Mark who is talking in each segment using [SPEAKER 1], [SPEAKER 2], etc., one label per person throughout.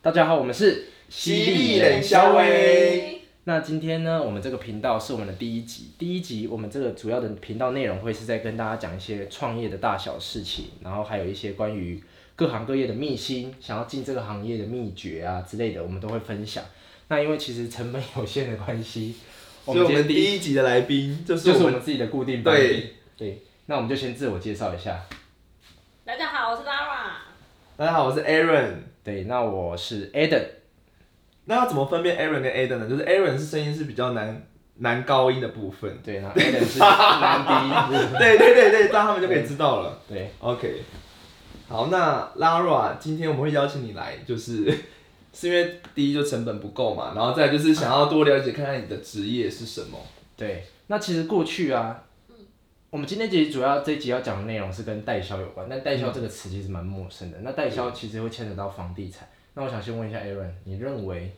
[SPEAKER 1] 大家好，我们是
[SPEAKER 2] 犀利冷肖威，
[SPEAKER 1] 那今天呢，我们这个频道是我们的第一集。第一集，我们这个主要的频道内容会是在跟大家讲一些创业的大小事情，然后还有一些关于各行各业的秘辛，想要进这个行业的秘诀啊之类的，我们都会分享。那因为其实成本有限的关 系，我
[SPEAKER 2] 所
[SPEAKER 1] 们
[SPEAKER 2] 以我
[SPEAKER 1] 今天
[SPEAKER 2] 们
[SPEAKER 1] 第一
[SPEAKER 2] 第一集的来宾就是
[SPEAKER 1] 就
[SPEAKER 2] 我
[SPEAKER 1] 是我
[SPEAKER 2] 们
[SPEAKER 1] 们自己的固定班底。
[SPEAKER 2] 对，
[SPEAKER 1] 对，那我们就先自我介绍一下。
[SPEAKER 3] 大家好，我是 Lara。
[SPEAKER 2] 大家好，我是 Aaron。
[SPEAKER 1] 对，那我是 Eden，
[SPEAKER 2] 那要怎么分辨 Aaron 跟 Aden 呢？就是 Aaron 是声音是比较男男高音的部分。
[SPEAKER 1] 对，那 Eden 是男低，
[SPEAKER 2] 对对对对，这样他们就可以知道了。
[SPEAKER 1] 对，
[SPEAKER 2] OK，好，那 Lara，今天我们会邀请你来，就是 是因为第一就成本不够嘛，然后再来就是想要多了解看看你的职业是什么。
[SPEAKER 1] 对，那其实过去啊，我们今天其实主要这一集要讲的内容是跟代销有关，但代销这个词其实蛮陌生的。那代销其实会牵扯到房地产。那我想先问一下 Aaron，你认为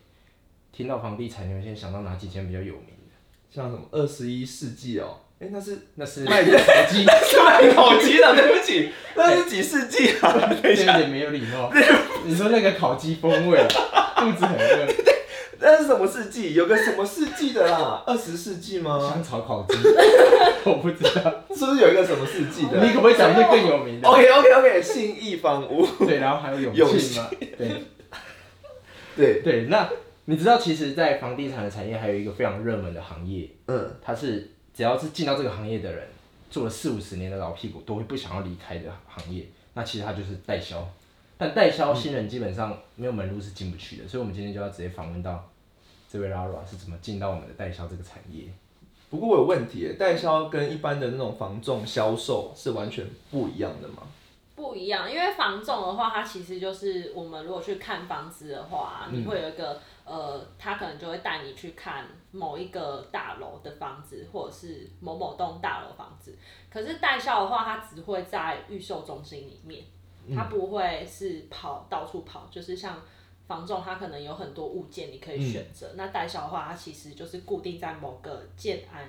[SPEAKER 1] 听到房地产，你会先想到哪几间比较有名的？
[SPEAKER 2] 像什么二十一世纪哦，哎、那是
[SPEAKER 1] 那是
[SPEAKER 2] 卖手机， 那是卖手机的， 对不起，那是几世纪啊？ 等一
[SPEAKER 1] 有
[SPEAKER 2] 下，
[SPEAKER 1] 点没有礼貌。你说那个烤鸡风味，肚子很饿，
[SPEAKER 2] 那是什么世纪？有个什么世纪的啦？ 二十世纪吗？
[SPEAKER 1] 香草烤 鸡，我不知道。
[SPEAKER 2] 是不是有一个什么世纪的
[SPEAKER 1] 你可不可以讲一些更有名的？
[SPEAKER 2] ？OK OK OK，信义房屋，
[SPEAKER 1] 对，然后还有
[SPEAKER 2] 勇
[SPEAKER 1] 勇气嘛，对。
[SPEAKER 2] 对，
[SPEAKER 1] 对，那你知道，其实，在房地产的产业还有一个非常热门的行业，
[SPEAKER 2] 嗯，
[SPEAKER 1] 它是只要是进到这个行业的人，做了四五十年的老屁股，都会不想要离开的行业。那其实它就是代销，但代销
[SPEAKER 2] 嗯
[SPEAKER 1] 新人基本上没有门路是进不去的，所以我们今天就要直接访问到这位 Lara 是怎么进到我们的代销这个产业。
[SPEAKER 2] 不过我有问题耶，代销跟一般的那种房仲销售是完全不一样的嘛？
[SPEAKER 3] 不一样，因为房仲的话，它其实就是我们如果去看房子的话，你会有一个呃，他可能就会带你去看某一个大楼的房子，或者是某某栋大楼房子。可是代销的话，它只会在预售中心里面，它不会是跑到处跑，就是像。房仲它可能有很多物件你可以选择，那代销的话，它其实就是固定在某个建安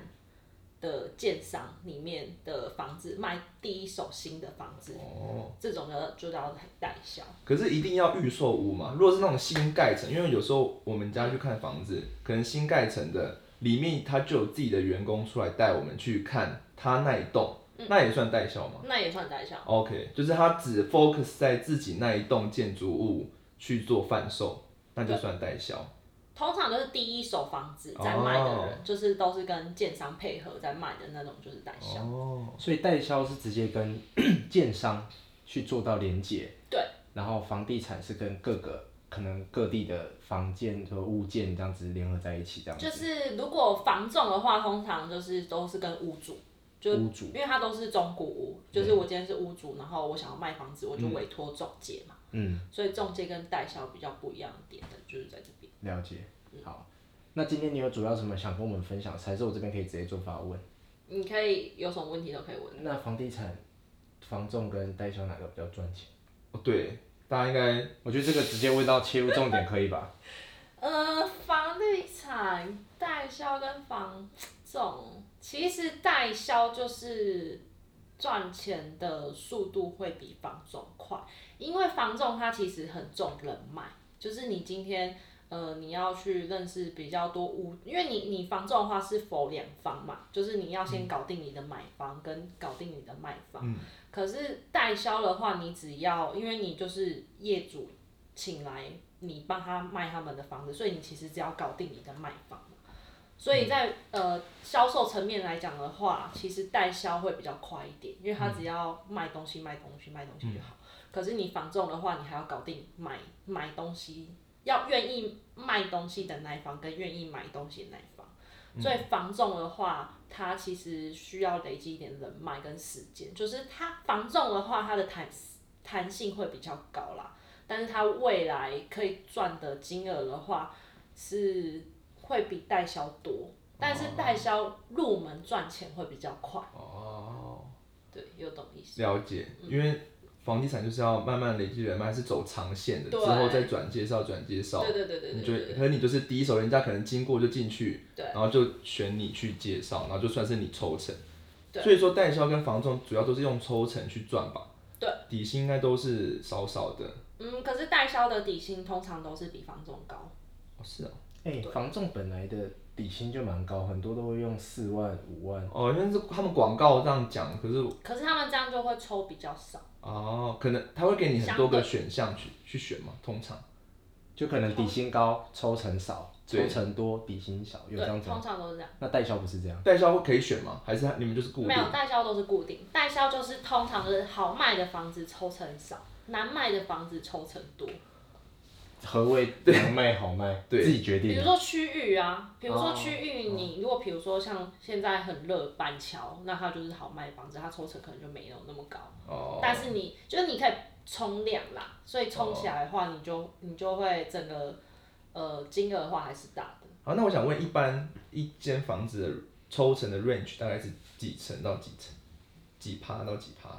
[SPEAKER 3] 的建商里面的房子卖第一手新的房子，
[SPEAKER 2] 哦，
[SPEAKER 3] 这种的就叫代销。
[SPEAKER 2] 可是一定要预售屋嘛？如果是那种新盖成，因为有时候我们家去看房子，可能新盖成的里面他就有自己的员工出来带我们去看他那一栋，那也算代销
[SPEAKER 1] 哦
[SPEAKER 2] 吗？
[SPEAKER 3] 那也算代销。
[SPEAKER 2] OK，就是他只 focus 在自己那一栋建筑物去做贩售，那就算代销。
[SPEAKER 3] 通常都是第一手房子在卖的
[SPEAKER 1] 哦
[SPEAKER 3] 人，就是都是跟建商配合在卖的那种，就是代销。
[SPEAKER 2] 哦，
[SPEAKER 1] 所以代销是直接跟 建商去做到连接，
[SPEAKER 3] 对，
[SPEAKER 1] 然后房地产是跟各个可能各地的房建和物件这样子联合在一起，这样子。
[SPEAKER 3] 就是如果房仲的话，通常就是都是跟屋主，就
[SPEAKER 1] 屋主
[SPEAKER 3] 因为它都是中古屋，就是我今天是屋主，然后我想要卖房子，我就委托中介嘛。
[SPEAKER 1] 嗯，
[SPEAKER 3] 所以中介跟代销比较不一样的点的，就是在这边。
[SPEAKER 1] 了解。好，那今天你有主要什么想跟我们分享？还是我这边可以直接做发问？
[SPEAKER 3] 你可以有什么问题都可以问。
[SPEAKER 1] 那房地产、房仲跟代销哪个比较赚钱？
[SPEAKER 2] 哦对，大家应该
[SPEAKER 1] 我觉得这个直接问到切入重点可以 吧？
[SPEAKER 3] 呃，房地产代销跟房这种，其实代销就是赚钱的速度会比房仲快，因为房仲它其实很重人脉，就是你今天。呃，你要去认识比较多屋，因为你你房仲的话是否两方嘛，就是你要先搞定你的买方跟搞定你的卖方。可是代销的话，你只要因为你就是业主请来你帮他卖他们的房子，所以你其实只要搞定你的卖房嘛。所以在、呃销售层面来讲的话，其实代销会比较快一点，因为他只要卖东西、卖东西、卖东西就好。可是你房仲的话，你还要搞定买买东西，要愿意卖东西的那一方跟愿意买东西的那一方。所以房仲的话，它其实需要累积一点人脉跟时间，就是它房仲的话，它的弹弹性会比较高啦，但是它未来可以赚的金额的话是会比代销多，但是代销入门赚钱会比较快，
[SPEAKER 2] 哦
[SPEAKER 3] 对，有懂意思？嗯
[SPEAKER 2] 了解，因为房地产就是要慢慢累积人脉，是走长线的，之
[SPEAKER 3] 对
[SPEAKER 2] 后再转介绍、转介
[SPEAKER 1] 哦
[SPEAKER 2] 绍。
[SPEAKER 3] 对对对对
[SPEAKER 2] 你
[SPEAKER 3] 对
[SPEAKER 2] 就
[SPEAKER 3] 对
[SPEAKER 2] 会，可是你就是第一手，人家可能经过就进去，
[SPEAKER 3] 对
[SPEAKER 2] 然后就选你去介绍，然后就算是你抽成。
[SPEAKER 3] 对
[SPEAKER 2] 所以说代销跟房仲主要都是用抽成去赚吧。
[SPEAKER 3] 对，
[SPEAKER 2] 底薪应该都是少少的。
[SPEAKER 3] 嗯，可是代销的底薪通常都是比房仲高，
[SPEAKER 2] 哦，是啊，
[SPEAKER 1] 哎、房仲本来的底薪就蛮高，很多都会用四万、五万。
[SPEAKER 2] 哦，因为是他们广告这样讲，可是
[SPEAKER 3] 可是他们这样就会抽比较少。
[SPEAKER 2] 哦，可能他会给你很多个选项去去选嘛，通常。
[SPEAKER 1] 就可能底薪高，抽成少，抽
[SPEAKER 2] 对
[SPEAKER 1] 成多，底薪少，哦有这
[SPEAKER 3] 对
[SPEAKER 1] 样，子吗。啊
[SPEAKER 3] 通常都是这样。
[SPEAKER 1] 那代销不是这样，
[SPEAKER 2] 代销会可以选吗？还是他你们就是固定
[SPEAKER 3] 没？有代销都是固定，代销就是通常是好卖的房子抽成少，难卖的房子抽成多。
[SPEAKER 1] 何谓能卖好卖，
[SPEAKER 2] 对
[SPEAKER 1] 自己决
[SPEAKER 3] 比
[SPEAKER 1] 定
[SPEAKER 3] 如。说区域啊，比如说
[SPEAKER 2] 嗯哦
[SPEAKER 3] 区域，你如果比如说像现在很热板桥，那它就是好卖的房子，它抽成可能就没有那么高。
[SPEAKER 2] 哦，
[SPEAKER 3] 但是你就是你可以冲量啦，所以冲起来的话，你
[SPEAKER 2] 哦
[SPEAKER 3] 就你就会整个呃金额的话还是大的。
[SPEAKER 2] 好，那我想问，一般一间房子的抽成的 range 大概是几层到几层，几趴到几趴？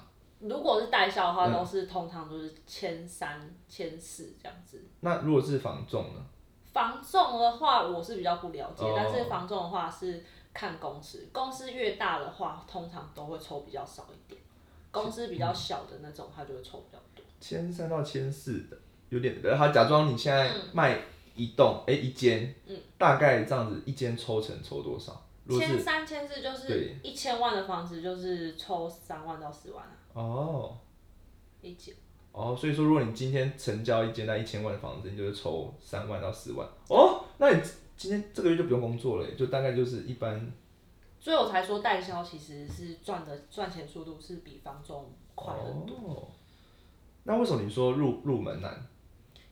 [SPEAKER 3] 如果是代销的话，
[SPEAKER 2] 嗯
[SPEAKER 3] 都是通常就是千三、千四这样子。
[SPEAKER 2] 那如果是房仲呢？
[SPEAKER 3] 房仲的话，我是比较不了解，
[SPEAKER 2] 哦
[SPEAKER 3] 但是房仲的话是看公司，公司越大的话，通常都会抽比较少一点。公司比较小的那种，他就会抽比较多。
[SPEAKER 2] 千三到千四的，有点，呃他假装你现在
[SPEAKER 3] 嗯
[SPEAKER 2] 卖一栋，哎、一间，大概这样子一间抽成抽多少？如果
[SPEAKER 3] 千
[SPEAKER 2] 是
[SPEAKER 3] 三千四就是
[SPEAKER 2] 对
[SPEAKER 3] 一千万的房子，就是抽三万到四万啊，
[SPEAKER 2] 哦
[SPEAKER 3] 一间。
[SPEAKER 2] 哦，所以说如果你今天成交一间那一千万的房子，你就是抽三万到四万哦，那你今天这个月就不用工作了耶，就大概就是一般
[SPEAKER 3] 所以我才说代销其实是赚的赚钱速度是比房仲快的，
[SPEAKER 2] 哦。那为什么你说入入门难？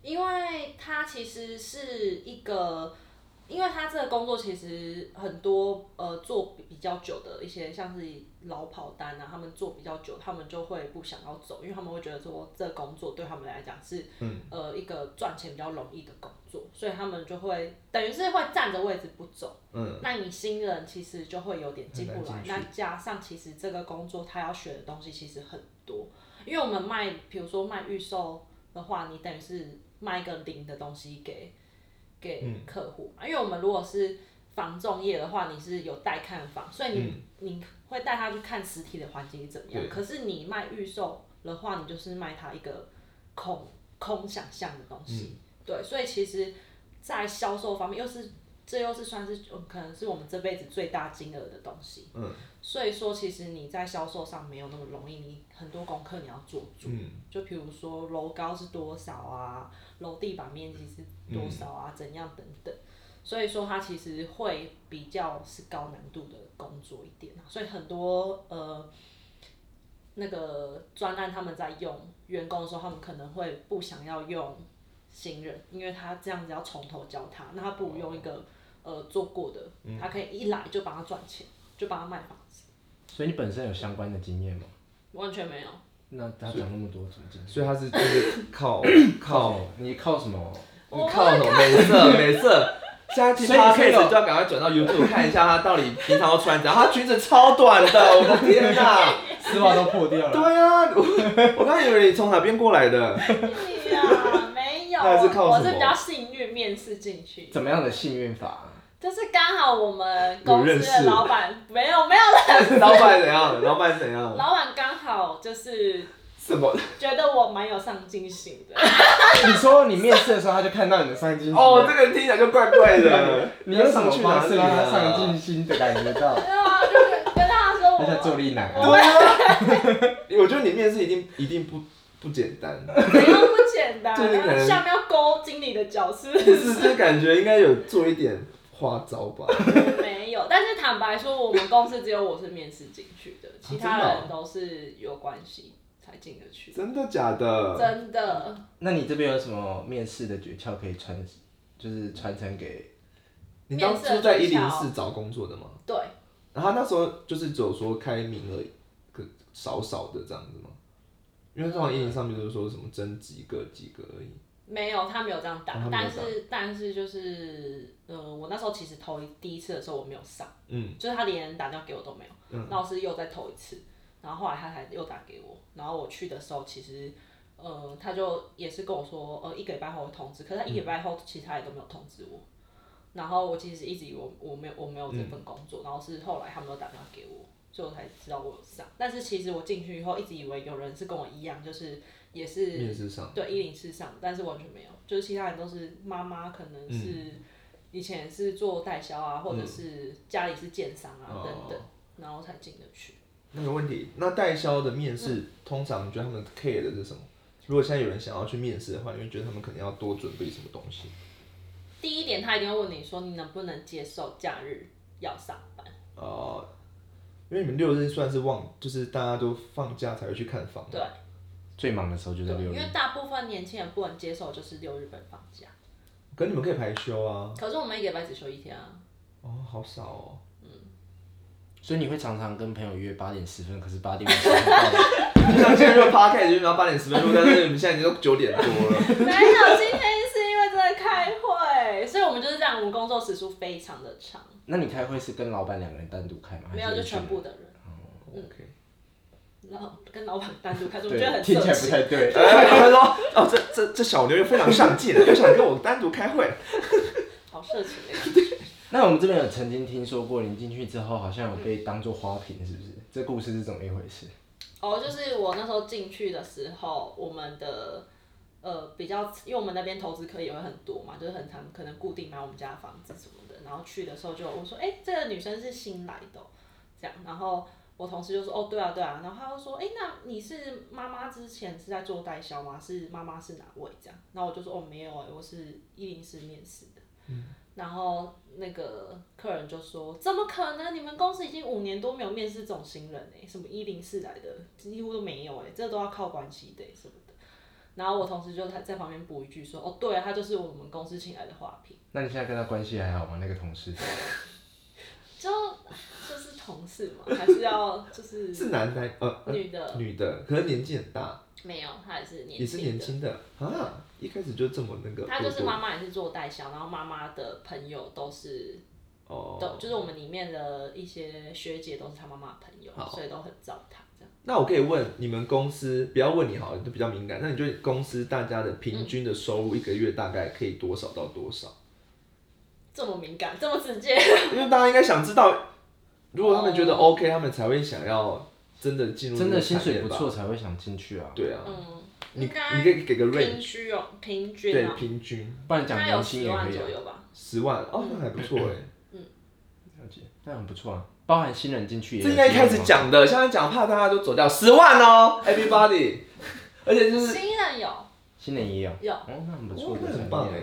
[SPEAKER 3] 因为它其实是一个，因为它这个工作其实很多呃做比较久的一些像是老跑单啊，他们做比较久，他们就会不想要走，因为他们会觉得说这工作对他们来讲是、呃一个赚钱比较容易的工作，所以他们就会等于是会占着位置不走。
[SPEAKER 2] 嗯，
[SPEAKER 3] 那你新人其实就会有点进不来
[SPEAKER 2] 很难，进
[SPEAKER 3] 那加上其实这个工作他要学的东西其实很多，因为我们卖，比如说卖预售的话，你等于是卖一个零的东西给给客户
[SPEAKER 2] 嗯
[SPEAKER 3] 嘛，因为我们如果是房仲业的话，你是有带看房，所以你、你会带他去看实体的环境是怎么样
[SPEAKER 2] 嗯对，
[SPEAKER 3] 可是你卖预售的话，你就是卖他一个空空想象的东西，对，所以其实，在销售方面又是。这又是算是呃可能是我们这辈子最大金额的东西，
[SPEAKER 2] 嗯，
[SPEAKER 3] 所以说其实你在销售上没有那么容易，你很多功课你要做足，
[SPEAKER 2] 嗯，
[SPEAKER 3] 就比如说楼高是多少啊，楼地板面积是
[SPEAKER 2] 嗯
[SPEAKER 3] 多少啊，怎样等等，所以说它其实会比较是高难度的工作一点啊，所以很多呃那个专案他们在用员工的时候，他们可能会不想要用新人，因为他这样子要从头教他，那他不如用一个呃做过的，
[SPEAKER 2] 嗯
[SPEAKER 3] 他可以一来就帮他赚钱，就帮他卖房子，
[SPEAKER 1] 所以你本身有相关的经验吗？
[SPEAKER 3] 完全没有。
[SPEAKER 1] 那他讲那么多怎么讲？
[SPEAKER 2] 所以他是就是 靠靠
[SPEAKER 1] 你靠什么？
[SPEAKER 2] 你靠什么美色美色？现在听
[SPEAKER 1] 所以你
[SPEAKER 2] p
[SPEAKER 1] 可以
[SPEAKER 2] o
[SPEAKER 1] 有
[SPEAKER 2] 就要赶快转到 YouTube 看一下他到底平常都穿怎样。他裙子超短的，我的天 哪！
[SPEAKER 1] 丝袜都破掉了。
[SPEAKER 2] 对啊，我我刚以为你从哪边过来的。
[SPEAKER 3] 对呀，没有，
[SPEAKER 2] 那是靠
[SPEAKER 3] 我
[SPEAKER 2] 什
[SPEAKER 3] 是
[SPEAKER 2] 么
[SPEAKER 3] 比较幸运面试进去，
[SPEAKER 1] 怎么样的幸运法啊？
[SPEAKER 3] 就是刚好我们公
[SPEAKER 2] 有认
[SPEAKER 3] 司
[SPEAKER 2] 识
[SPEAKER 3] 的老板没有没有人，
[SPEAKER 2] 老板怎样？老板怎样？
[SPEAKER 3] 老板刚好就是
[SPEAKER 2] 什么？
[SPEAKER 3] 觉得我蛮有上进心的，
[SPEAKER 1] 你说你面试的时候，他就看到你的上进心。
[SPEAKER 2] 哦， 这个人听起来就怪怪的。
[SPEAKER 1] 你用什么方式
[SPEAKER 2] 你
[SPEAKER 1] 让
[SPEAKER 2] 要
[SPEAKER 1] 他
[SPEAKER 2] 上去哪里啊
[SPEAKER 1] 上进心的感觉到？
[SPEAKER 3] 对啊，就是跟他说
[SPEAKER 1] 他在坐
[SPEAKER 3] 我
[SPEAKER 1] 立难安。
[SPEAKER 2] 对啊， 我觉得你面试一定一定不不简单，
[SPEAKER 3] 怎样不简单，
[SPEAKER 2] 就是可
[SPEAKER 3] 然后
[SPEAKER 2] 能
[SPEAKER 3] 下面要勾经理的脚是不
[SPEAKER 2] 就是是这感觉应该有做一点花招吧。
[SPEAKER 3] 没有，但是坦白说，我们公司只有我是面试进去的，其他
[SPEAKER 2] 真的哦
[SPEAKER 3] 人都是有关系才进得去，
[SPEAKER 2] 真的假的？
[SPEAKER 3] 真
[SPEAKER 2] 嗯
[SPEAKER 3] 的。
[SPEAKER 1] 那你这边有什么面试的诀窍可以传，就是传承给？
[SPEAKER 2] 你当初在一零四找工作的吗？
[SPEAKER 3] 对，
[SPEAKER 2] 然后他那时候就是只有说开名额可少少的这样子吗？因为通常英文上面就是说什么争几个几个而已。
[SPEAKER 3] 没有，他没有这样打，
[SPEAKER 2] 哦他没有
[SPEAKER 3] 但
[SPEAKER 2] 打
[SPEAKER 3] 是但是就是，呃，我那时候其实投一第一次的时候我没有上，
[SPEAKER 2] 嗯，
[SPEAKER 3] 就是他连打电话给我都没有，老师又再投一次，然后后来他才又打给我，然后我去的时候其实，呃，他就也是跟我说，呃，一个礼拜后会通知，可是他一个礼拜后其实他也都没有通知我，然后我其实一直以为我我没有我没有这份工作，然后是后来他们都打电话给我，所以我才知道我有上。但是其实我进去以后，一直以为有人是跟我一样，就是也是
[SPEAKER 2] 面试上，
[SPEAKER 3] 对一零四上，但是完全没有，就是其他人都是妈妈，可能是以前是做代销啊，或者是家里是建商啊、
[SPEAKER 2] 哦
[SPEAKER 3] 等等，然后才进得去。
[SPEAKER 2] 那没问题。那代销的面试，
[SPEAKER 3] 嗯
[SPEAKER 2] 通常你觉得他们 care 的是什么？如果现在有人想要去面试的话，你会觉得他们可能要多准备什么东西？
[SPEAKER 3] 第一点，他一定要问你说你能不能接受假日要上班，
[SPEAKER 2] 哦、因为你们六日算是旺，就是大家都放假才会去看房。
[SPEAKER 3] 对
[SPEAKER 1] 最忙的时候就是
[SPEAKER 3] 对，
[SPEAKER 1] 六
[SPEAKER 3] 因
[SPEAKER 1] 日。
[SPEAKER 3] 为大部分年轻人不能接受就是六日本放假，
[SPEAKER 2] 可你们可以排休
[SPEAKER 1] 哦
[SPEAKER 2] 啊。
[SPEAKER 3] 可是我们一个礼拜只休一天啊，
[SPEAKER 2] 哦，好少 哦。
[SPEAKER 1] 所以你会常常跟朋友约八点十分，可是八点五十分 到了。
[SPEAKER 2] 就像现在就 p o d c a s 就要八点十分录，但是你们现在已经都九点多了。
[SPEAKER 3] 没有，今天是因为真的开会，所以我们就是这样，我们工作时数非常的长，
[SPEAKER 1] 那你开会是跟老板两个人单独开吗？还
[SPEAKER 3] 没
[SPEAKER 1] 是
[SPEAKER 3] 有就
[SPEAKER 1] 一群
[SPEAKER 3] 全
[SPEAKER 1] 人
[SPEAKER 3] 部的人。嗯
[SPEAKER 2] OK。
[SPEAKER 3] 然后跟老板单独开会，我
[SPEAKER 1] 对
[SPEAKER 3] 觉得很
[SPEAKER 1] 听起来
[SPEAKER 3] 色
[SPEAKER 1] 不
[SPEAKER 3] 情。
[SPEAKER 1] 太对。
[SPEAKER 2] 哎，他说哦，这这这小牛又非常上进了，又想跟我单独开会。
[SPEAKER 3] 好哦色情的感觉。
[SPEAKER 1] 那我们这边有曾经听说过，你进去之后好像有被当做花瓶，是不是？这故事是怎么一回事？
[SPEAKER 3] 哦，就是我那时候进去的时候，我们的呃比较，因为我们那边投资客也会很多嘛，就是很常可能固定买我们家的房子什么的。然后去的时候就我说，哎、这个女生是新来的哦、这样。然后我同事就说，哦，对啊，对啊。然后他就说，哎、那你是妈妈之前是在做代销吗？是妈妈是哪位这样？然后我就说，哦，没有、哎，我是一零四面试的。然后那个客人就说：“怎么可能？你们公司已经五年多没有面试这种新人哎、什么一零四来的几乎都没有哎、这都要靠关系的欸、什么的。”然后我同事就在在旁边补一句说：“哦，对啊，他就是我们公司请来的花瓶，
[SPEAKER 1] 那你现在跟他关系还好吗？那个同事？
[SPEAKER 3] 就就是同事嘛，还是要就是
[SPEAKER 2] 是男的还 呃呃
[SPEAKER 3] 女的
[SPEAKER 2] 女的，可是年纪很大，
[SPEAKER 3] 没有，他也是年
[SPEAKER 2] 也是
[SPEAKER 3] 轻
[SPEAKER 2] 年
[SPEAKER 3] 的。”
[SPEAKER 2] 轻的啊，一开始就这么那个。
[SPEAKER 3] 他就是
[SPEAKER 2] 多多
[SPEAKER 3] 妈妈也是做代销，然后妈妈的朋友都是
[SPEAKER 2] 哦。
[SPEAKER 3] 都就是我们里面的一些学姐都是他妈妈的朋友，
[SPEAKER 2] 好
[SPEAKER 3] 所以都很照他这样。
[SPEAKER 2] 那我可以问你们公司，不要问你好了，都比较敏感。那你觉得公司大家的平均的收入一个月大概可以多少到 多少？
[SPEAKER 3] 这么敏感，这么直接，
[SPEAKER 2] 因为大家应该想知道，如果他们觉得 OK，他们才会想要真的进入这
[SPEAKER 1] 真
[SPEAKER 2] 个
[SPEAKER 1] 的薪
[SPEAKER 2] 产
[SPEAKER 1] 水
[SPEAKER 2] 业
[SPEAKER 1] 不
[SPEAKER 2] 吧。
[SPEAKER 1] 错才会想进去啊，
[SPEAKER 2] 对啊，
[SPEAKER 3] 嗯，
[SPEAKER 2] 你
[SPEAKER 3] 应
[SPEAKER 2] 你
[SPEAKER 3] 该
[SPEAKER 2] 可以给个 range，
[SPEAKER 3] 平均哦，平均
[SPEAKER 2] 对
[SPEAKER 3] 哦，
[SPEAKER 2] 平均
[SPEAKER 1] 不然讲
[SPEAKER 3] 应该有
[SPEAKER 1] 年薪
[SPEAKER 3] 十
[SPEAKER 1] 也
[SPEAKER 3] 万
[SPEAKER 1] 可以
[SPEAKER 3] 左
[SPEAKER 1] 啊。
[SPEAKER 3] 右吧。
[SPEAKER 2] 十万
[SPEAKER 3] 嗯
[SPEAKER 2] 哦，那还不错哎。
[SPEAKER 1] 了解，那很不错啊，包含新人进去也有
[SPEAKER 2] 这应该一
[SPEAKER 1] 机会
[SPEAKER 2] 开始
[SPEAKER 1] 吗。
[SPEAKER 2] 讲的，现在讲怕大家都走掉，十万哦，everybody，而 且就是
[SPEAKER 3] 新人有
[SPEAKER 1] 新人也有。
[SPEAKER 3] 有，
[SPEAKER 1] 哦，那很不错
[SPEAKER 2] 哇，
[SPEAKER 1] 的
[SPEAKER 2] 那
[SPEAKER 1] 产业，啊
[SPEAKER 2] 很棒哎。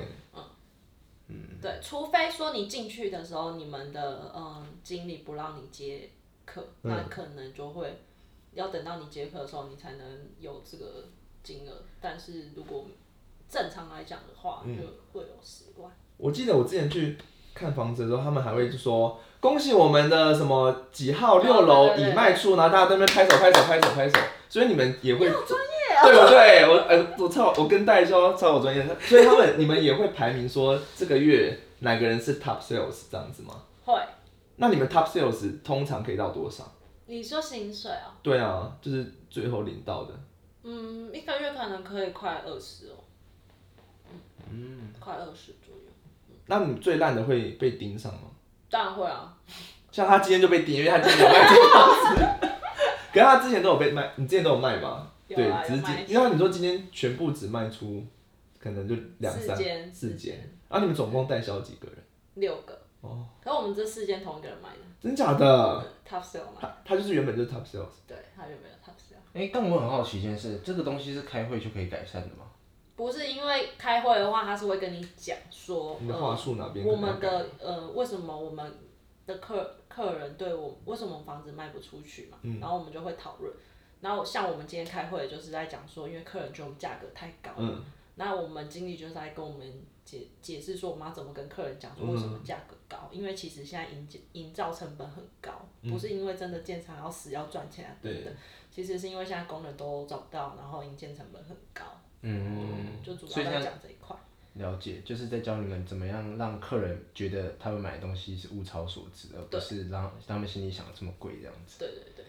[SPEAKER 2] 嗯
[SPEAKER 3] 对，除非说你进去的时候，你们的嗯经理不让你接客，
[SPEAKER 2] 嗯
[SPEAKER 3] 那可能就会要等到你接客的时候，你才能有这个金额。但是如果正常来讲的话，就
[SPEAKER 2] 嗯
[SPEAKER 3] 会有十万。
[SPEAKER 2] 我记得我之前去看房子的时候，他们还会就说恭喜我们的什么几号
[SPEAKER 3] 对
[SPEAKER 2] 六楼
[SPEAKER 3] 哦对对
[SPEAKER 2] 已
[SPEAKER 3] 对
[SPEAKER 2] 卖出，然后大家在那边拍手拍手拍手拍手，所以你们也会
[SPEAKER 3] 啊
[SPEAKER 2] 对不对？我呃，我超我跟代销超有专业，所以他们你们也会排名说这个月哪个人是 top sales 这样子吗？
[SPEAKER 3] 会，
[SPEAKER 2] 那你们 top sales 通常可以到多少？
[SPEAKER 3] 你说薪水啊？
[SPEAKER 2] 对啊，就是最后领到的。
[SPEAKER 3] 嗯，一个月可能可以快二十哦。嗯，快二十左右，
[SPEAKER 2] 那你最烂的会被盯上吗？
[SPEAKER 3] 当然会啊。
[SPEAKER 2] 像他今天就被盯，因为他今天有卖这个房子， 可是他之前都有被卖，你之前都有卖吧？
[SPEAKER 3] 有
[SPEAKER 2] 对
[SPEAKER 3] 啊，有
[SPEAKER 2] 只是今
[SPEAKER 3] 卖一，些
[SPEAKER 2] 因为你说今天全部只卖出，可能就两
[SPEAKER 3] 四
[SPEAKER 2] 三
[SPEAKER 3] 间
[SPEAKER 2] 四
[SPEAKER 3] 四
[SPEAKER 2] 间
[SPEAKER 3] 间。
[SPEAKER 2] 然后你们总共代销几个人？
[SPEAKER 3] 六个。
[SPEAKER 2] 哦，
[SPEAKER 3] 可是我们这四间同一个人买的、
[SPEAKER 2] 真假的？
[SPEAKER 3] t o p sale 买，
[SPEAKER 2] 他他就是原本就是 top sales。
[SPEAKER 3] 对，他就没有 top sale。
[SPEAKER 1] 哎、但我很好奇一件事，这个东西是开会就可以改善的吗？
[SPEAKER 3] 不是因为开会的话，他是会跟你讲说，
[SPEAKER 2] 你的话
[SPEAKER 3] 呃，
[SPEAKER 2] 术哪边可
[SPEAKER 3] 我
[SPEAKER 2] 能要
[SPEAKER 3] 们
[SPEAKER 2] 改？
[SPEAKER 3] 的呃，为什么我们的客客人对我，为什么我们房子卖不出去嘛？
[SPEAKER 2] 嗯
[SPEAKER 3] 然后我们就会讨论。然后像我们今天开会，就是在讲说，因为客人觉得我们价格太高，
[SPEAKER 2] 嗯，
[SPEAKER 3] 那我们经理就是在跟我们解解释说，我们要怎么跟客人讲说为什么价格高，因为其实现在营建营造成本很高，不是因为真的建厂要死要赚钱啊等等，其实是因为现在工人都找不到，然后营建成本很高，
[SPEAKER 1] 嗯，
[SPEAKER 3] 就主
[SPEAKER 1] 所
[SPEAKER 3] 要
[SPEAKER 1] 以
[SPEAKER 3] 在
[SPEAKER 1] 像
[SPEAKER 3] 讲这一块。
[SPEAKER 1] 了解，就是在教你们怎么样让客人觉得他们买的东西是物超所值，而不是让他们心里想的这么贵这样子。
[SPEAKER 3] 对对对，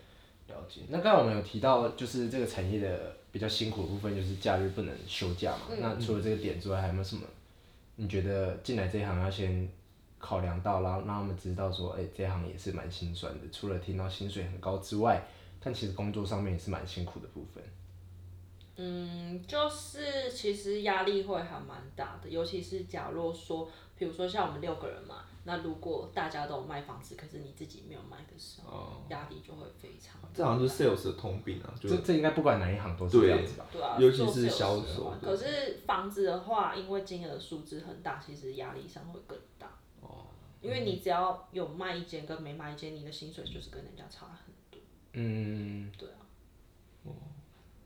[SPEAKER 1] 了解。那刚才我们有提到，就是这个产业的比较辛苦的部分，就是假日不能休假嘛。那除了这个点之外，还有没有什么你觉得进来这一行要先考量到，然后让他们知道说，哎、这行也是蛮心酸的。除了听到薪水很高之外，但其实工作上面也是蛮辛苦的部分。
[SPEAKER 3] 嗯，就是其实压力会还蛮大的，尤其是假若说，比如说像我们六个人嘛，那如果大家都有卖房子，可是你自己没有卖的时候，
[SPEAKER 2] 哦，
[SPEAKER 3] 压力就会非常大。
[SPEAKER 2] 这好像是 sales 的通病啊，就
[SPEAKER 1] 这这应该不管哪一行都是这样子吧？
[SPEAKER 3] 对啊，
[SPEAKER 2] 尤其
[SPEAKER 3] 做
[SPEAKER 2] 是
[SPEAKER 3] sales
[SPEAKER 2] 销
[SPEAKER 3] 的
[SPEAKER 2] 售
[SPEAKER 3] 话
[SPEAKER 2] 对
[SPEAKER 3] 可是房子的话，因为金额数字很大，其实压力上会更大。
[SPEAKER 2] 哦，
[SPEAKER 3] 因为你只要有卖一间跟没卖一间，你的薪水就是跟人家差很多。
[SPEAKER 1] 嗯，
[SPEAKER 3] 对啊，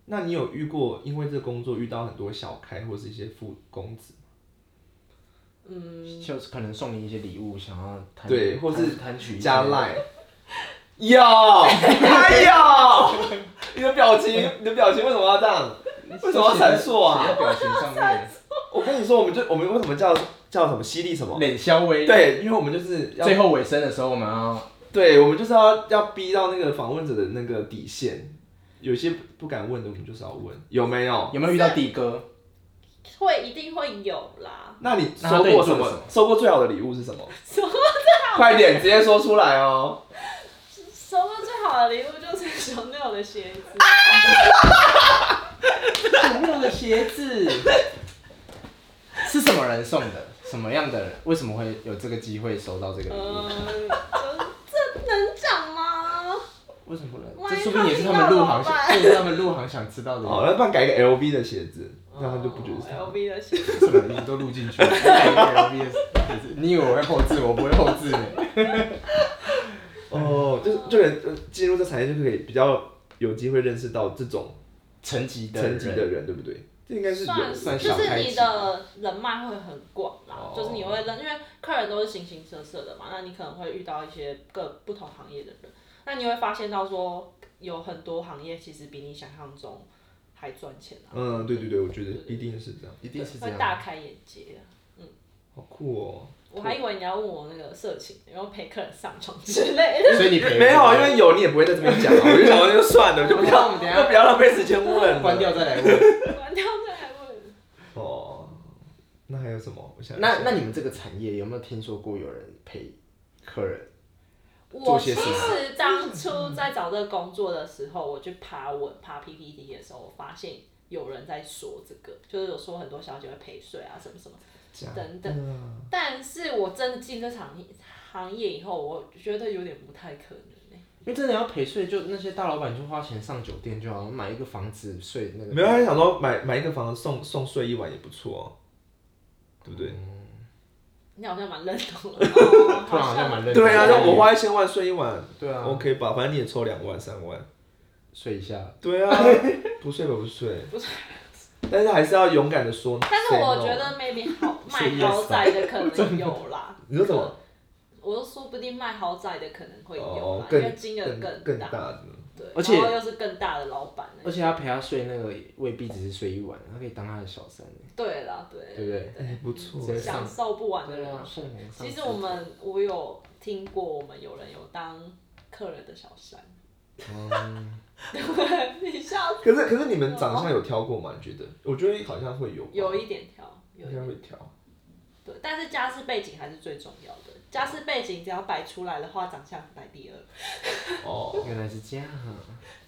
[SPEAKER 2] 那你有遇过因为这个工作遇到很多小开或是一些副公子，
[SPEAKER 3] 嗯，
[SPEAKER 1] 就是可能送你一些礼物，想要贪
[SPEAKER 2] 对，或是
[SPEAKER 1] 贪贪取一些
[SPEAKER 2] 加赖，有，哎呦，你的表情，你的表情为什么要这样？为什么要闪烁
[SPEAKER 1] 哎写
[SPEAKER 2] 啊？
[SPEAKER 1] 在表情 上面，
[SPEAKER 2] 我跟你说，我们就我们为什么叫叫什么犀利什么？
[SPEAKER 1] 脸稍微。
[SPEAKER 2] 对，因为我们就是要
[SPEAKER 1] 最后尾声的时候，我们要
[SPEAKER 2] 对，我们就是要要逼到那个访问者的那个底线，有些不不敢问的，我们就是要问，有没有？
[SPEAKER 1] 有没有遇到的哥？
[SPEAKER 3] 会一定会有啦。
[SPEAKER 2] 那你
[SPEAKER 1] 那他
[SPEAKER 2] 收
[SPEAKER 1] 对你
[SPEAKER 2] 过
[SPEAKER 1] 做
[SPEAKER 2] 什
[SPEAKER 1] 了
[SPEAKER 2] 么
[SPEAKER 1] 什么？
[SPEAKER 2] 收过最好的礼物是什么？
[SPEAKER 3] 收过
[SPEAKER 2] 快点，直接说出来哦！
[SPEAKER 3] 收到最好的礼物就是熊 a 的鞋子，
[SPEAKER 1] 小六的鞋子是什么人送的？什么样的人？为什么会有这个机会收到这个礼物？
[SPEAKER 3] 嗯，这这能讲吗？
[SPEAKER 1] 为什么呢？
[SPEAKER 3] 万
[SPEAKER 1] 这
[SPEAKER 3] 一
[SPEAKER 1] 说不定也是他
[SPEAKER 3] 他听到
[SPEAKER 1] 们入行
[SPEAKER 3] 怎么办
[SPEAKER 1] 想，这也是他们入行想知道的。
[SPEAKER 2] 哦，那不然改一个 LV 的鞋子，那他就不觉得是他
[SPEAKER 3] 哦 L V 的鞋子。
[SPEAKER 1] 什么你都录进去了，改一个 LBS 你以为我会后置？我不会后置的。
[SPEAKER 2] 哦，就是就可以呃进入这产业，就可以比较有机会认识到这种
[SPEAKER 1] 层级的
[SPEAKER 2] 层级的
[SPEAKER 1] 人
[SPEAKER 2] 人，对不对？这应该是有
[SPEAKER 1] 算
[SPEAKER 3] 就
[SPEAKER 1] 小
[SPEAKER 3] 是
[SPEAKER 1] 开
[SPEAKER 3] 你
[SPEAKER 1] 启
[SPEAKER 3] 的人脉会很广啦，
[SPEAKER 2] 哦
[SPEAKER 3] 就是你会认，因为客人都是形形色色的嘛，那你可能会遇到一些各不同行业的人，那你会发现到说有很多行业其实比你想象中还赚钱啊，
[SPEAKER 2] 嗯，对对对，我觉得一定是这样，
[SPEAKER 1] 一定是这
[SPEAKER 3] 会
[SPEAKER 1] 样。
[SPEAKER 3] 大开眼界啊。
[SPEAKER 2] 好酷哦！
[SPEAKER 3] 我还以为你要问我那个色情，然后陪客人上床之 类的。
[SPEAKER 1] 所以你
[SPEAKER 2] 没有，啊因为有你也不会在这边讲啊，我就想说就算了，就不
[SPEAKER 1] 那
[SPEAKER 2] 要，
[SPEAKER 1] 我们等一下
[SPEAKER 2] 就不要浪费时间问了
[SPEAKER 1] 关掉再来问。
[SPEAKER 3] 关掉再来问。
[SPEAKER 2] 哦，那还有什么？我想
[SPEAKER 1] 那那你们这个产业有没有听说过有人陪客人？
[SPEAKER 3] 我
[SPEAKER 1] 做些
[SPEAKER 3] 其
[SPEAKER 1] 什么
[SPEAKER 3] 实当初在找这个工作的时候，我去爬文、爬 PPT 的时候，我发现有人在说这个，就是有说很多小姐会陪睡啊，什么什么。
[SPEAKER 2] 讲
[SPEAKER 3] 等等
[SPEAKER 2] 等，
[SPEAKER 3] 但是我真的进这场行业以后，我觉得有点不太可能、欸、
[SPEAKER 1] 因为真的要陪睡，就那些大老板就花钱上酒店就好，买一个房子睡那个。
[SPEAKER 2] 没有，他想说买买一个房子送送睡一晚也不错、哦，对不对？
[SPEAKER 3] 你好像蛮认同的，哦
[SPEAKER 1] 突然好像蛮认真
[SPEAKER 2] 对啊，那我花一千万睡一晚，
[SPEAKER 1] 对啊
[SPEAKER 2] OK 吧？反正你也抽两万三万，
[SPEAKER 1] 睡一下，
[SPEAKER 2] 对啊， 不睡吧不睡，
[SPEAKER 3] 不睡
[SPEAKER 2] 但是还是要勇敢的说。
[SPEAKER 3] 但是我
[SPEAKER 2] say no
[SPEAKER 3] 觉得 maybe 好
[SPEAKER 1] 是
[SPEAKER 3] 卖豪宅的可能有啦。
[SPEAKER 2] 你说什么？
[SPEAKER 3] 我就说不定卖豪宅的可能会有啦，
[SPEAKER 2] 哦，
[SPEAKER 3] 因
[SPEAKER 2] 更
[SPEAKER 3] 为金额
[SPEAKER 2] 更
[SPEAKER 3] 更
[SPEAKER 2] 大的，
[SPEAKER 3] 对，
[SPEAKER 1] 而且
[SPEAKER 3] 然后又是更大的老板欸了。
[SPEAKER 1] 而且他陪他睡那个未必只是睡一晚，他可以当他的小三，
[SPEAKER 3] 对啦，啊对，啊
[SPEAKER 1] 对不对？
[SPEAKER 2] 哎，不错。
[SPEAKER 1] 直接上
[SPEAKER 3] 享受不完的
[SPEAKER 1] 对啊，
[SPEAKER 3] 人
[SPEAKER 1] 凤凰上
[SPEAKER 3] 其实
[SPEAKER 1] 市
[SPEAKER 3] 我们我有听过，我们有人有当客人的小三。
[SPEAKER 2] 哦
[SPEAKER 3] 对， 你笑
[SPEAKER 2] 可是可是你们长相有挑过吗？你觉得？我觉得好像会有吧，
[SPEAKER 3] 有一点挑，有
[SPEAKER 2] 应
[SPEAKER 3] 一
[SPEAKER 2] 该
[SPEAKER 3] 点
[SPEAKER 2] 会 挑。
[SPEAKER 3] 对，但是家世背景还是最重要的。家世背景只要摆出来的话，长相摆第二。
[SPEAKER 2] 哦，
[SPEAKER 1] 原来是这样啊，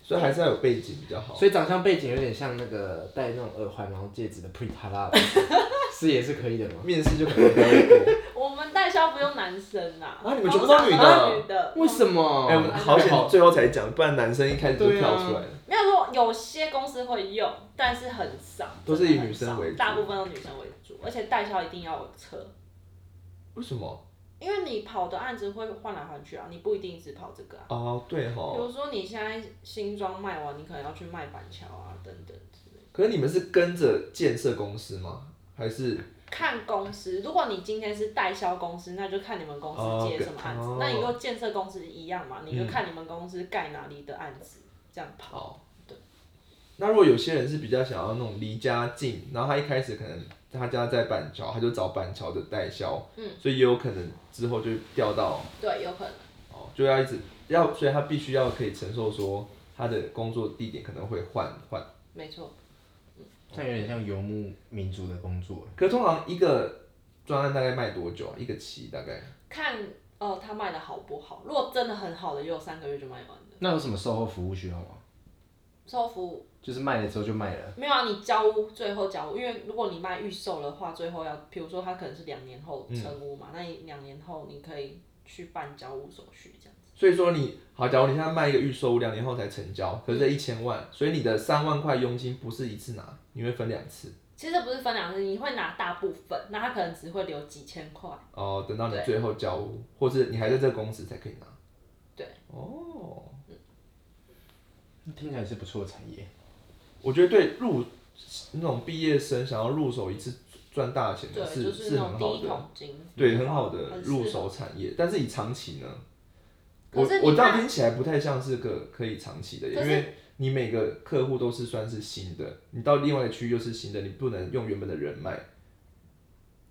[SPEAKER 2] 所以还是要有背景比较
[SPEAKER 3] 哦
[SPEAKER 2] 好。
[SPEAKER 1] 所以长相背景有点像那个戴那种耳环然后戒指的 Prita 啦， 是也是可以的吗？
[SPEAKER 2] 面试就可能没有过。
[SPEAKER 3] 我们代销不用男生啦，
[SPEAKER 2] 啊你们全部都女的
[SPEAKER 3] 通常都是女的，
[SPEAKER 1] 为什么？
[SPEAKER 2] 哎，
[SPEAKER 3] 哦
[SPEAKER 2] 我好险最后才讲，不然男生一开始就跳出来了。
[SPEAKER 3] 没有说有些公司会用，但是很少，
[SPEAKER 2] 都是以女生
[SPEAKER 3] 真的很少
[SPEAKER 2] 为主
[SPEAKER 3] 大部分都女生为主，而且代销一定要有车，
[SPEAKER 2] 为什么？
[SPEAKER 3] 因为你跑的案子会换来换去啊，你不一定只跑这个啊。
[SPEAKER 2] 哦，对
[SPEAKER 3] 比
[SPEAKER 2] 哈。
[SPEAKER 3] 如说你现在新庄卖完，你可能要去卖板桥啊，等等之类的。
[SPEAKER 2] 可是你们是跟着建设公司吗？还是
[SPEAKER 3] 看公司，如果你今天是代销公司，那就看你们公司接什么案子。
[SPEAKER 2] 哦
[SPEAKER 3] 那你跟建设公司一样嘛，你就看你们公司盖哪里的案子，这样跑。
[SPEAKER 2] 好，
[SPEAKER 3] 对。
[SPEAKER 2] 那如果有些人是比较想要那种离家近，然后他一开始可能他家在板桥，他就找板桥的代销，
[SPEAKER 3] 嗯，
[SPEAKER 2] 所以也有可能之后就调到
[SPEAKER 3] 对，有可能。
[SPEAKER 2] 哦，就要一直要，所以他必须要可以承受说他的工作地点可能会换换，
[SPEAKER 3] 没错，
[SPEAKER 1] 但有点像游牧民族的工作，
[SPEAKER 2] 可是通常一个专案大概卖多久啊？一个期大概？
[SPEAKER 3] 看呃他卖的好不好。如果真的很好的，也有三个月就卖完的。
[SPEAKER 1] 那有什么售后服务需要吗？
[SPEAKER 3] 售后服务
[SPEAKER 1] 就是卖了之后就
[SPEAKER 2] 哎
[SPEAKER 1] 卖了。
[SPEAKER 3] 没有啊，你交屋最后交屋，因为如果你卖预售的话，最后要，比如说他可能是两年后
[SPEAKER 2] 嗯
[SPEAKER 3] 成屋嘛，那你两年后你可以去办交屋手续这样。
[SPEAKER 2] 所以说你好，假如你现在卖一个预售屋，两年后才成交，啊可是这一千
[SPEAKER 3] 嗯
[SPEAKER 2] 万，所以你的三万块佣金不是一次拿，你会分两次
[SPEAKER 3] 其实这不是分两次，你会拿大部分，那他可能只会留几千块。
[SPEAKER 2] 哦，等到你最后交屋，或是你还在这个公司才可以拿。
[SPEAKER 3] 对。
[SPEAKER 2] 哦，
[SPEAKER 1] 听起来是不错的产业。
[SPEAKER 2] 我觉得对入那种毕业生想要入手一次赚大钱
[SPEAKER 3] 对
[SPEAKER 2] 的，是、
[SPEAKER 3] 就是那
[SPEAKER 2] 很
[SPEAKER 3] 种
[SPEAKER 2] 好的
[SPEAKER 3] 第一。桶金。
[SPEAKER 2] 对，很好的
[SPEAKER 3] 很适合
[SPEAKER 2] 入手产业，但是你长期呢？我
[SPEAKER 3] 可是你
[SPEAKER 2] 我这样
[SPEAKER 3] 看
[SPEAKER 2] 听起来不太像是个可以长期的，因
[SPEAKER 3] 可是
[SPEAKER 2] 为你每个客户都是算是新的，你到另外一个区域又是新的，你不能用原本的人脉。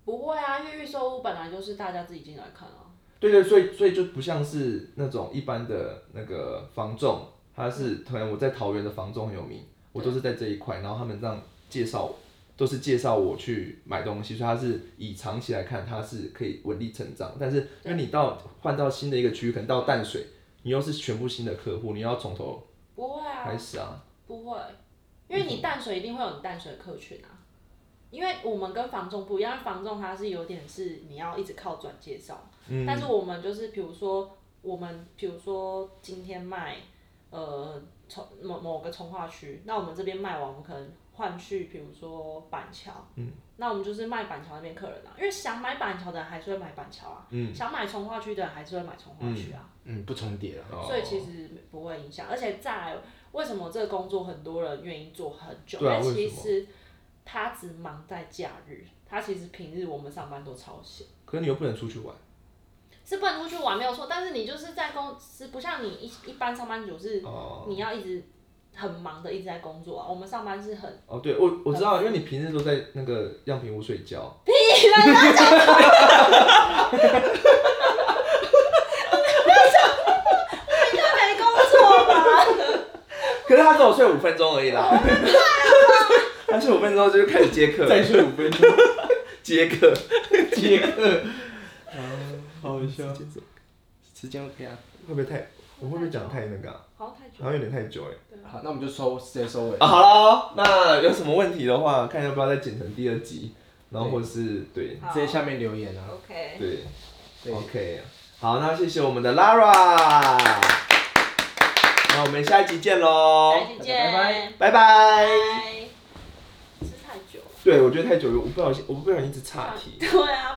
[SPEAKER 3] 不会啊，因为预售屋本来就是大家自己进来看啊。
[SPEAKER 2] 对对，所以所以就不像是那种一般的那个房仲，他是可能我在桃园的房仲很有名，我都是在这一块，然后他们这样介绍我，都是介绍我去买东西，所以他是以长期来看，他是可以稳定成长。但是因为你到换到新的一个区域，可能到淡水，你又是全部新的客户，你要从头
[SPEAKER 3] 不会啊，
[SPEAKER 2] 开始啊。
[SPEAKER 3] 不会，因为
[SPEAKER 2] 嗯
[SPEAKER 3] 你淡水一定会有你淡水的客群啊。因为我们跟房仲不一样，房仲它是有点是你要一直靠转介绍，
[SPEAKER 2] 嗯
[SPEAKER 3] 但是我们就是比如说我们比如说今天卖呃从某某个从化区，那我们这边卖完，我们可能换去比如说板桥，嗯，那我们就是卖板桥那边客人啊，因为想买板桥的人还是会买板桥啊，嗯，想买从化区的人还是会买从化区啊，
[SPEAKER 1] 嗯，不重叠了。
[SPEAKER 2] 哦
[SPEAKER 3] 所以其实不会影响。而且再来，为什么这个工作很多人愿意做很久？
[SPEAKER 2] 对啊
[SPEAKER 3] 因
[SPEAKER 2] 为
[SPEAKER 3] 其
[SPEAKER 2] 什么
[SPEAKER 3] 实他只忙在假日，他其实平日我们上班都超闲，
[SPEAKER 2] 可是你又不能出去玩，
[SPEAKER 3] 是不能出去玩没有错，但是你就是在公司，不像你一一般上班族是
[SPEAKER 2] 哦
[SPEAKER 3] 你要一直很忙的一直在工作啊。我们上班是很
[SPEAKER 2] 哦，对我我知道，因为你平日都在那个样品屋睡觉，
[SPEAKER 3] 应该没工作吧？
[SPEAKER 2] 可是他只有睡五分钟而已啦。 他睡五分钟就开始接客，
[SPEAKER 1] 再睡五分钟，
[SPEAKER 2] 接客。
[SPEAKER 1] 接客。 好 笑时间 OK 啊。
[SPEAKER 2] 会不会太？我会不会讲太那个、啊？
[SPEAKER 3] 好像太久
[SPEAKER 2] 好像有点太久哎、
[SPEAKER 1] 好，那我们就收直接收尾。
[SPEAKER 2] 啊，好了，那有什么问题的话，看要不要再剪成第二集，然后或是对
[SPEAKER 3] 好
[SPEAKER 1] 直接下面留言啊。
[SPEAKER 3] ，OK。
[SPEAKER 2] 对
[SPEAKER 1] 对
[SPEAKER 2] o k 好，那谢谢我们的 Lara，那我们下一集见喽
[SPEAKER 3] 下，一期见，
[SPEAKER 1] 拜拜
[SPEAKER 2] 拜拜。
[SPEAKER 3] 拜。是太久了，
[SPEAKER 2] 对，我觉得太久了，我不小心，我不小心一直岔题。
[SPEAKER 3] 对啊。